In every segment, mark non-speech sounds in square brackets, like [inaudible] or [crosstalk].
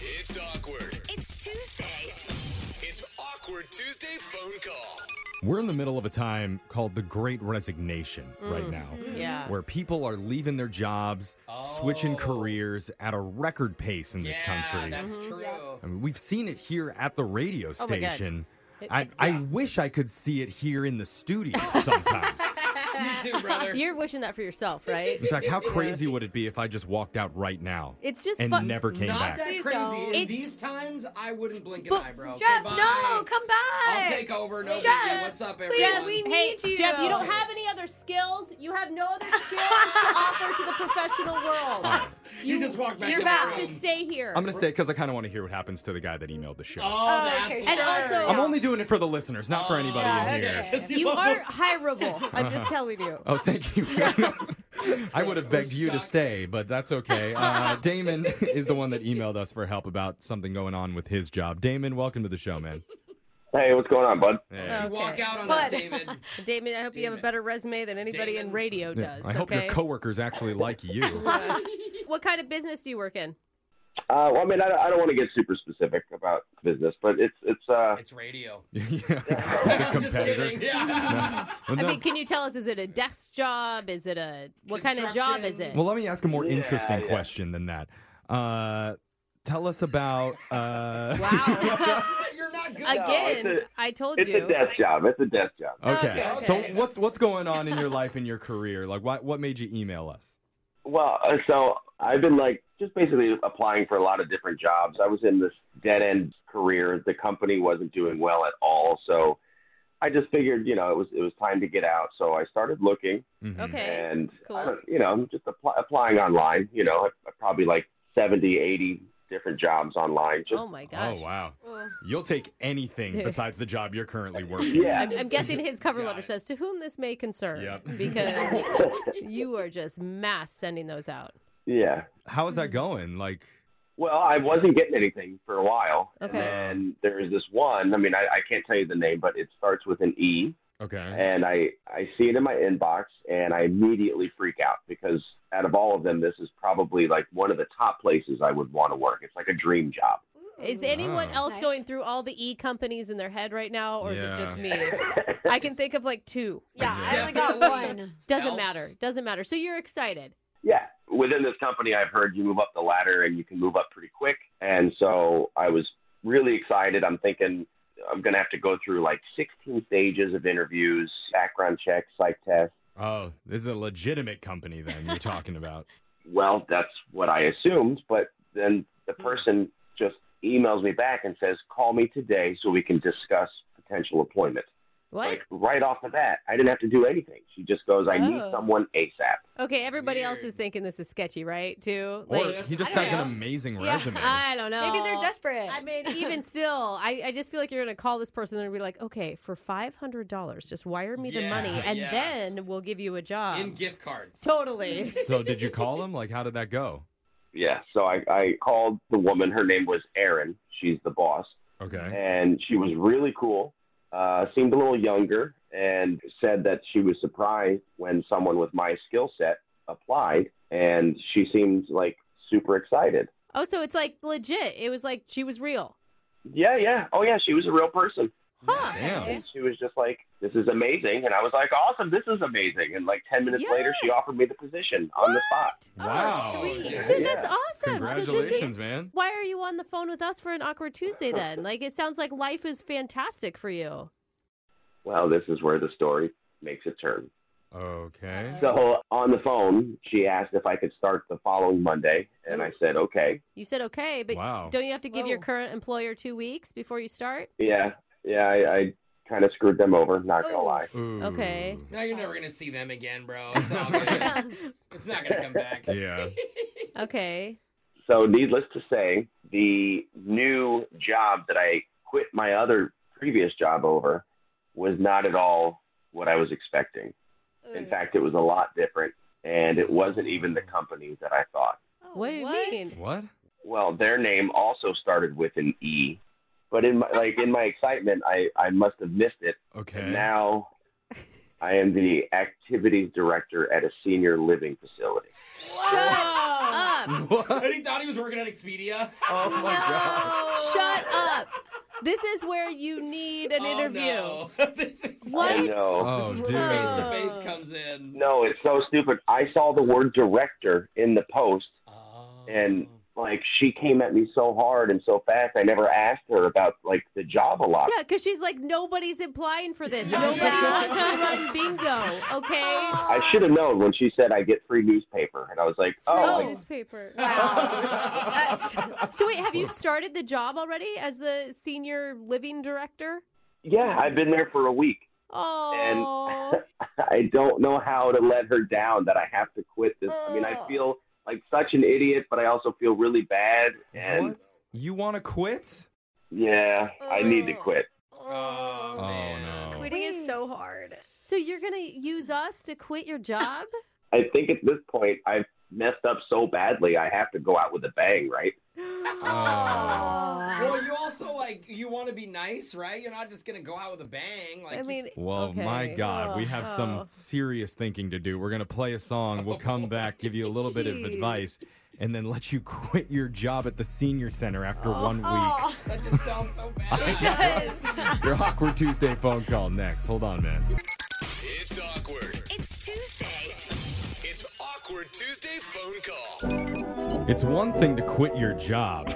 It's awkward. It's Tuesday. It's awkward Tuesday phone call. We're in the middle of a time called the Great Resignation Mm-hmm. right now, Yeah. where people are leaving their jobs, Oh. switching careers at a record pace in this country. That's true. [laughs] I mean, we've seen it here at the radio Oh my God. station. I, I wish I could see it here in the studio sometimes. Me too, [laughs] brother. You're wishing that for yourself, right? [laughs] in [laughs] fact, how crazy would it be if I just walked out right now It's just and fun- never came Not back? that Please crazy. don't. In It's- these times, I wouldn't blink an eyebrow. Jeff, Goodbye. no, come back. I'll take over. No, big Jeff, deal. what's up, please, everyone? we need Hey, you. Jeff, you don't have any other skills. You have no other skills to offer to the professional world. you, just walk back. You in the have to room. stay here. I'm going to say because I kind of want to hear what happens to the guy that emailed the show. Oh, that's okay, and sure. [laughs] also, I'm [laughs] only doing it for the listeners, not Oh, for anybody in here. Because You love are the- hireable. I'm just telling you. [laughs] Oh, thank [laughs] you. I would have begged you to stuck. stay, but that's okay. [laughs] Uh, Damon is the one that emailed us for help about something going on with his job. Damon, welcome to the show, man. Oh, Hey, what's going on, bud? Hey. You walk out on us, But- David. [laughs] Damon, I hope you have a better resume than anybody in Damon. radio does. I hope okay. your coworkers actually like [laughs] you. what kind of business do you work in? Uh, well, I mean, I, I don't want to get super specific about business, but it's it's uh, It's radio. [laughs] yeah. He's a [laughs] I'm just [laughs] kidding. competitor. Yeah. Well, I no- mean, can you tell us? Is it a desk job? Is it a what kind of job is it? Construction. well, let me ask a more Yeah, interesting yeah. question than that. Uh, tell us about. Uh, [laughs] wow. [laughs] You're not good. Again, it's I told it's you. a desk job. It's a desk job. Okay. Okay. So what's what's going on in your life and your career? Like, what what made you email us? Well, uh, so I've been like just basically applying for a lot of different jobs. I was in this dead end career. The company wasn't doing well at all, so I just figured, you know, it was it was time to get out. So I started looking, Mhm. Okay. Oh and cool. I don't, you know, I'm just apply, applying online. You know, I, I probably like seventy, eighty different jobs online. Just Oh my gosh. Oh wow. Oh. You'll take [laughs] anything Dude. besides the job you're [laughs] currently working. yeah. I'm, I'm guessing his cover Got letter it. says, "To whom this may concern," Yep. [laughs] because you are just mass sending those out. [laughs] yeah. How is that going? Like, Well, I wasn't getting anything for a while. Okay. And then there is this one. I mean, I, I can't tell you the name, but it starts with an E. okay. And I, I see it in my inbox and I immediately freak out because out of all of them, this is probably like one of the top places I would want to work. It's like a dream job. [laughs] Is anyone Wow. else Nice. going through all the E companies in their head right now, or is it just me? Yeah. I can think of like two. Yeah, I only got Definitely. [laughs] one. Doesn't Else? matter. Doesn't matter. So you're excited. yeah. Within this company, I've heard you move up the ladder and you can move up pretty quick. And so I was really excited. I'm thinking I'm going to have to go through like 16 stages of interviews, background checks, psych tests. Oh, this is a legitimate company then you're talking [laughs] about. well, that's what I assumed. But then the Hmm. person just emails me back and says, call me today so we can discuss potential employment. What? Like right off the bat, I didn't have to do anything. She just goes, I need Oh. someone ASAP. okay, everybody else Weird. Oh, is thinking this is sketchy, right? Too. Or Like, he just I don't has an know. amazing yeah, resume. [laughs] I don't know. Maybe they're desperate. I mean, even still, I, I just feel like you're going to call this person and they're gonna be like, okay, for $500, just wire me the Yeah, money and yeah. then we'll give you a job. In gift cards. [laughs] totally. [laughs] So did you call him? Like, how did that go? Yeah. So I, I called the woman. Her name was Erin. She's the boss. Okay. And she was really cool, uh, seemed a little younger, and said that she was surprised when someone with my skill set applied. And she seemed like super excited. oh, so it's like legit. It was like she was real. Yeah, yeah. Oh, yeah. She was a real person. Huh. Damn. And she was just like, "This is amazing," and I was like, "Awesome, this is amazing." And like ten minutes Yeah. later, she offered me the position on the spot. Wow. sweet. Yeah. Oh, Dude, that's Yeah. awesome. So this Congratulations, is, man. why are you on the phone with us for an awkward Tuesday then? Like it sounds like life is fantastic for you. Well, this is where the story makes a turn. Okay. So on the phone, she asked if I could start the following Monday, and I said, "Okay." You said okay, but Wow. don't you have to give your Whoa. current employer two weeks before [laughs] you start? Yeah, yeah. I, I kind of screwed them over. Not gonna Oh. lie. Ooh. Okay. Now you're never gonna see them again, bro. [laughs] It's all good. it's not gonna come back. [laughs] Yeah. [laughs] Okay. So needless to say, the new job that I quit my other previous job over was not at all what I was expecting. Hmm. In fact, it was a lot different, and it wasn't even the company that I thought. Oh, What do you [laughs] mean? What? Well, their name also started with an E, [laughs] but in my like in my excitement, I I must have missed it, Okay. and now I am the activities director at a senior living facility. Up. What? And he thought he was working at Expedia. [laughs] Oh my god. Shut up. This is where you need an Oh, interview. no. [laughs] this is What? I know. This Oh is dude. where face to face comes in. No, it's so stupid. I saw the word director in the post, Oh. and like she came at me so hard and so fast. I never asked her about like the job a lot. Yeah, because she's like, nobody's applying for this. Yeah. Nobody Yeah. wants to run bingo, okay? I should have known when she said I get free newspaper, and I was like, [laughs] oh, Free like, newspaper. [laughs] Wow. So wait, have you started the job already as the senior living director? yeah, I've been there for a week. Oh, I don't know how to let her down that I have to quit this. I mean, I Oh. feel like such an idiot, but I also feel really bad. And What? You want to quit? yeah, I need to quit. [laughs] Oh, man. [laughs] no. Quitting is so hard. so you're gonna use us to quit your job? I think at this point, I've messed up so badly, I have to go out with a bang, right? Oh. Well, you also like you want to be nice, right? You're not just gonna go out with a bang. Like, I mean, Well, my okay. God, we have Oh. some serious thinking to do. We're going to play a song. [laughs] We'll come back, give you a little bit of Jeez. advice, and then let you [laughs] quit your job at the senior center after Oh. one week. [laughs] that just sounds so [laughs] I bad. Uh, know. It's your Awkward Tuesday phone call next. Hold on, man. It's awkward. It's Tuesday. It's awkward Tuesday phone call. It's one thing to quit your job,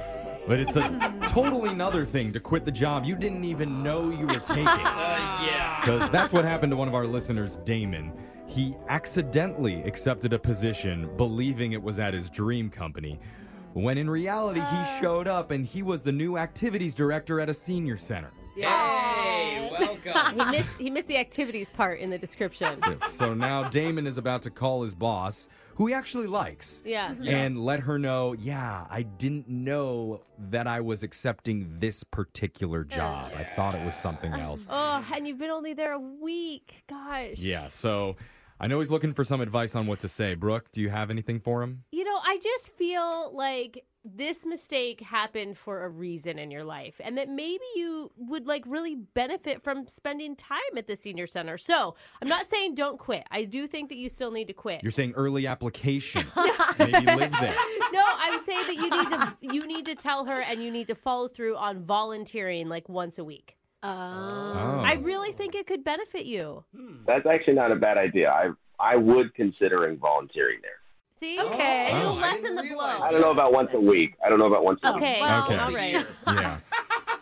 but it's [laughs] a totally another thing to quit the job you didn't even know you were [laughs] taking. Uh, yeah. Because that's what happened to one of our listeners, Damon. He accidentally accepted a position believing it was at his dream company, when in reality, he showed up and he was the new activities director at a senior center. Hey, welcome. [laughs] he missed he missed the activities part in the description. So now Damon is about to call his boss, who he actually likes, Yeah. and let her know, yeah, I didn't know that I was accepting this particular job. I thought it was something else. Oh, and you've been only there a week. Gosh. Yeah, so I know he's looking for some advice on what to say. Brooke, do you have anything for him? You know, I just feel like this mistake happened for a reason in your life and that maybe you would like really benefit from spending time at the senior center. So, I'm not saying don't quit. I do think that you still need to quit. You're saying early [laughs] application. Maybe live there. no, I'm saying that you need to you need to tell her and you need to follow through on volunteering like once a week. Oh. [laughs] I really think it could benefit you. That's actually not a bad idea. I I would considering volunteering there. See? Okay. And Oh, you'll I lessen didn't the realize blow. I don't know about once a week. I don't know about once a week. Okay. Well, Okay. All right. yeah.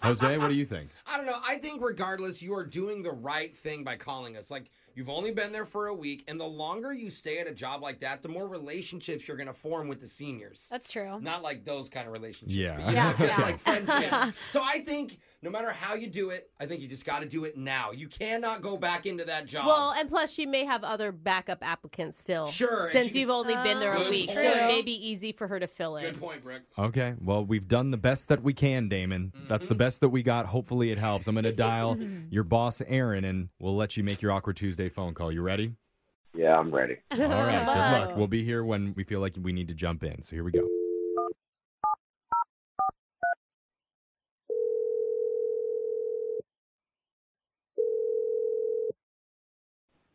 Jose, what do you think? I don't know. I think regardless, you are doing the right thing by calling us. Like you've only been there for a week, and the longer you stay at a job like that, the more relationships you're gonna form with the seniors. That's true. Not like those kind of relationships. Yeah. but, you know, Yeah, [laughs] just yeah. like friendships. so I think no matter how you do it, I think you just got to do it now. You cannot go back into that job. Well, and plus she may have other backup applicants still. Oh. Sure, and Since she's- you've only been there a Oh, Good week, so point. it may be easy for her to fill in. Good point, Brooke. Okay. Well, we've done the best that we can, Damon. That's the Mm-hmm. best that we got. Hopefully it helps. I'm [laughs] going to dial your boss, Aaron, and we'll let you make your Awkward Tuesday phone call. You [laughs] ready? Yeah, I'm ready. All right. Bye. Good luck. We'll be here when we feel like we need to jump in. So here we go.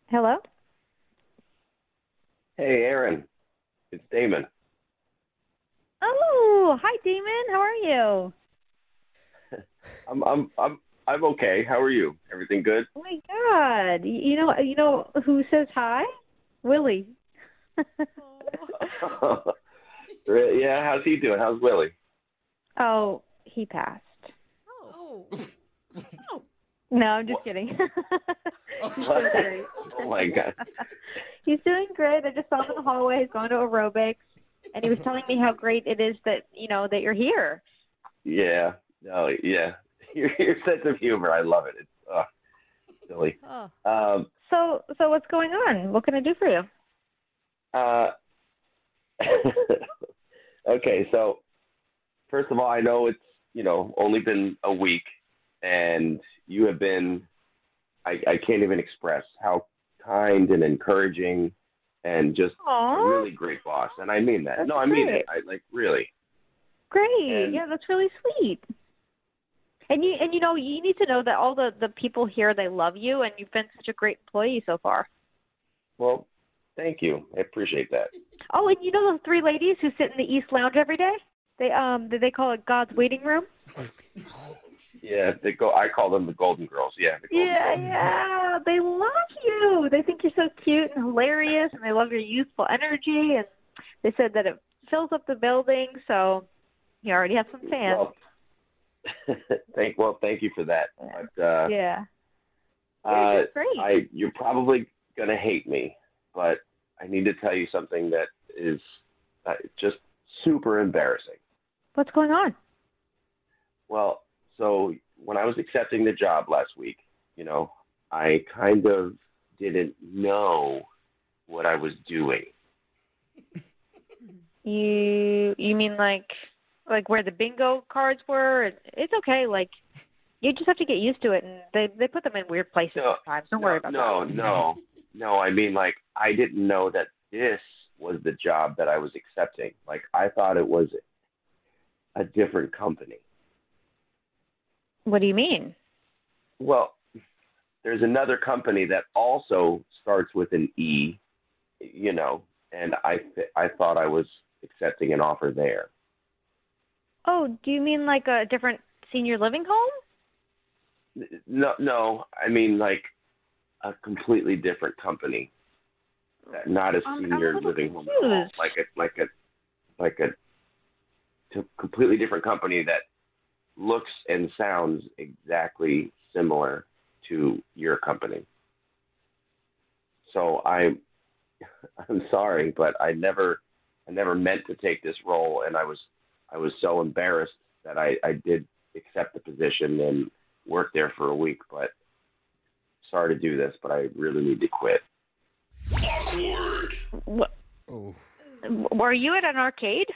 Hello? Hey, Aaron, it's Damon. Oh, hi, Damon. How are you? I'm I'm I'm I'm okay. How are you? Everything good? [laughs] Oh my God! Y- You know, you know who says hi? Willie. Re- yeah. How's he doing? How's Willie? [laughs] Oh, he passed. Oh. [laughs] No, I'm just kidding. [laughs] He's doing great. Oh my god. He's doing great. I just saw him in the hallway. He's going to aerobics, and he was telling me how great it is that you know that you're here. Yeah. No. Yeah. [laughs] Your your sense of humor, I love it. It's uh, silly. Oh. Um. So, so what's going on? What can I do for you? Uh. [laughs] okay. So, first of all, I know it's you know only been a week, and you have been. I I can't even express how kind and encouraging, and just a Aw, really great boss, and I mean that. Oh. That's no, I mean great. it. I like really. great. and- Yeah, that's really sweet. And you and you know you need to know that all the the people here they love you and you've been such a great employee so far. Well, thank you. I appreciate that. Oh, and you know those three ladies who sit in the East Lounge every day? They um they- they call it God's waiting room. Yeah, they go. I call them the Golden Girls. Yeah, the Golden Yeah, Girls. yeah. Oh, They love you. They think you're so cute and hilarious, and they love your youthful energy. And they said that it fills up the building, so you already have some fans. Well, thank well, [laughs] thank you for that. But uh, yeah, uh, They're just great. I you're probably gonna hate me, but I need to tell you something that is uh, just super embarrassing. What's going on? Well, so when I was accepting the job last week, you know, I kind of didn't know what I was doing. You you mean like like where the bingo cards were? It- It's okay. Like you just have to get used to it, and they they put them in weird places No, sometimes. Don't no, worry about no, no, no. I mean, like, I didn't know that this was the job that I was accepting. Like, I thought it was a different company. that. What do you mean? Well, there's another company that also starts with an E, you know, and I th- I thought I was accepting an offer there. Oh, do you mean like a different senior living home? N- No, no, I mean like a completely different company, not a I'm- I'm a senior little living home, at all. confused. like a like a like a t- completely different company that looks and sounds exactly similar to your company. So I, [laughs] I'm sorry, but I never, I never meant to take this role, and I was, I was so embarrassed that I, I did accept the position and work there for a week. But sorry to do this, but I really need to quit. Awkward. Oh. Were you at an arcade?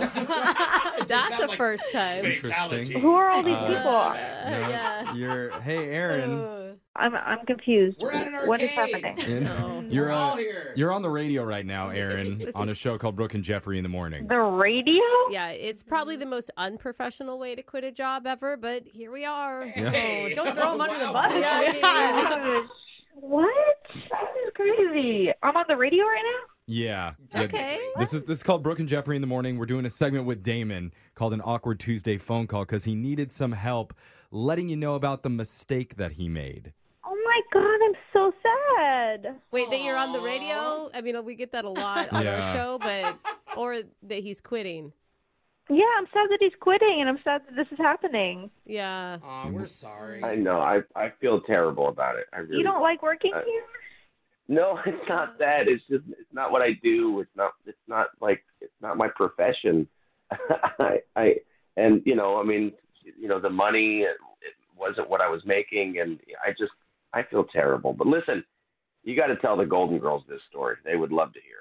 That's the first time. [laughs] Interesting. Who are all these Uh, people? Uh, No, yeah. Oh, You're hey Aaron. Ugh. I'm I'm confused. We're at an What is arcade. happening? And No. You're We're all uh, here. you're on the radio right [laughs] now, Aaron, This on a is- show called Brooke and Jeffrey in the morning. The radio? Yeah, it's probably the most unprofessional way to quit a job ever, but here we are. Hey. Oh, Don't throw him under the Wow. bus. Yeah, I mean- Yeah. Gosh, what? This is crazy. I'm on the radio right now. Yeah. yeah. Okay. This is this is called Brooke and Jeffrey in the morning. We're doing a segment with Damon called an awkward Tuesday phone call because he needed some help letting you know about the mistake that he made. Oh my god, I'm so sad. Wait, that you're on the radio? I mean, we get that a lot on Yeah. our show, but or that he's quitting. Yeah, I'm sad that he's quitting, and I'm sad that this is happening. Yeah. Aw, we're sorry. I know. I I feel terrible about it. I really. You don't like working Uh, here? No, [laughs] it's not that. It's just it's not what I do. It's not it's not like it's not my profession. [laughs] I I and you know I mean you know the money it wasn't what I was making and I just I feel terrible. But listen, you got to tell the Golden Girls this story. They would love to hear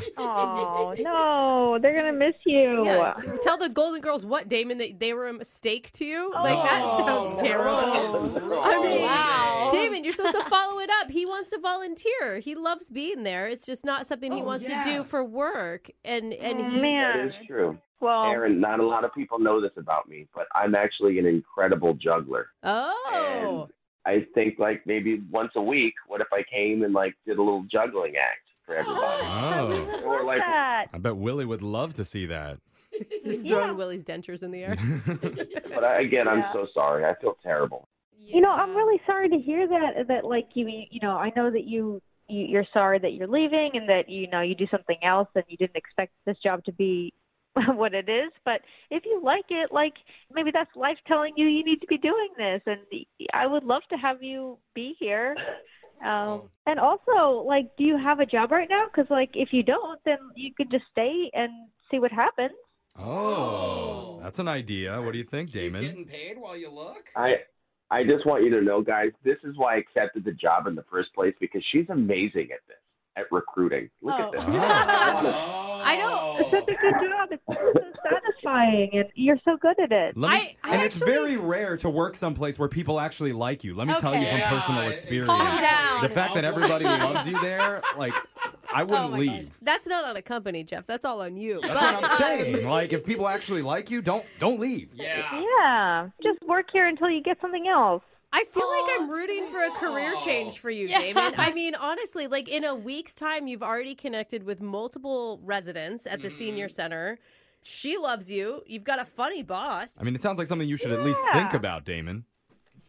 it. Oh no, they're gonna miss you. Yeah. so tell the Golden Girls what, Damon, that they were a mistake to you? Like, Oh, that Oh, sounds terrible. Brooke. I mean, Wow. Damon, you're [laughs] supposed to follow it up. He wants to volunteer. He loves being there. It's just not something he Oh, wants yeah. to do for work. And and Oh, he That man. is true. Well, Aaron, not a lot of people know this about me, but I'm actually an incredible juggler. Oh. I think like maybe once a week, what if I came and like did a little juggling act for everybody? Oh. [laughs] [gasps] I Or love like that. I bet Willie would love to see that. Just Yeah. throwing Willie's dentures in the air. But I, again, I'm Yeah. so sorry. I feel terrible. You know, I'm really sorry to hear that. That like you, you know, I know that you, you you're sorry that you're leaving, and that you know you do something else, and you didn't expect this job to be [laughs] what it is. But if you like it, like maybe that's life telling you you need to be doing this, and I would love to have you be here. Um, and also, like, do you have a job right now? Because like, if you don't, then you could just stay and see what happens. Oh, that's an idea. What do you think, You Damon? getting paid while you look? I I just want you to know, guys, this is why I accepted the job in the first place because she's amazing at this, at recruiting. Look Oh. at [laughs] this. Oh. I don't- It's such a good job. It's so satisfying, and you're so good at it. Let me, I- I and it's actually- very rare to work someplace where people actually like you. Let me tell you Okay. from personal Yeah, experience. Calm down. The fact that everybody loves you there, like, I Oh wouldn't my God. leave. That's not on a company, Jeff. That's all on you. That's what I'm saying. um, Like if people actually like you, don't don't leave. Yeah. Yeah, just work here until you get something else. I feel like Aw, I'm rooting for a career change for you, Yeah. Damon. [laughs] I mean, honestly, like in a week's time, you've already connected with multiple residents at the Mm-hmm. senior center. She loves you. You've got a funny boss. I mean, it sounds like something you should at least Yeah. think about, Damon.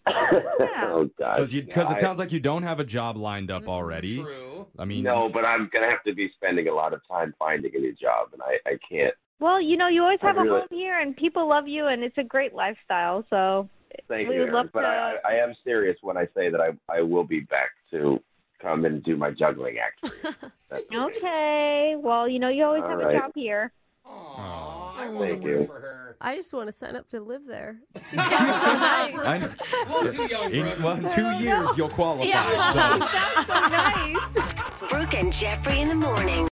[laughs] oh God. Because Yeah, it I- Mm-hmm. sounds like you don't have a job lined up already. True. I mean, No, but I'm gonna have to be spending a lot of time finding a new job, and I I can't. Well, you know, you always I have a really- home here, and people love you, and it's a great lifestyle. So [laughs] Thank We you, would Aaron, love but to- I, I I am serious when I say that I I will be back to come and do my juggling act. For you. That's- okay, well, you know, you always All have right. a job here. Aw, I want to Thank root you. for her. I just want to sign up to live there. She sounds so nice. [laughs] I, Well, too young in, for her. well, [laughs] in two years, you'll qualify. so- She [laughs] sounds so nice. Brooke and Jeffrey in the morning.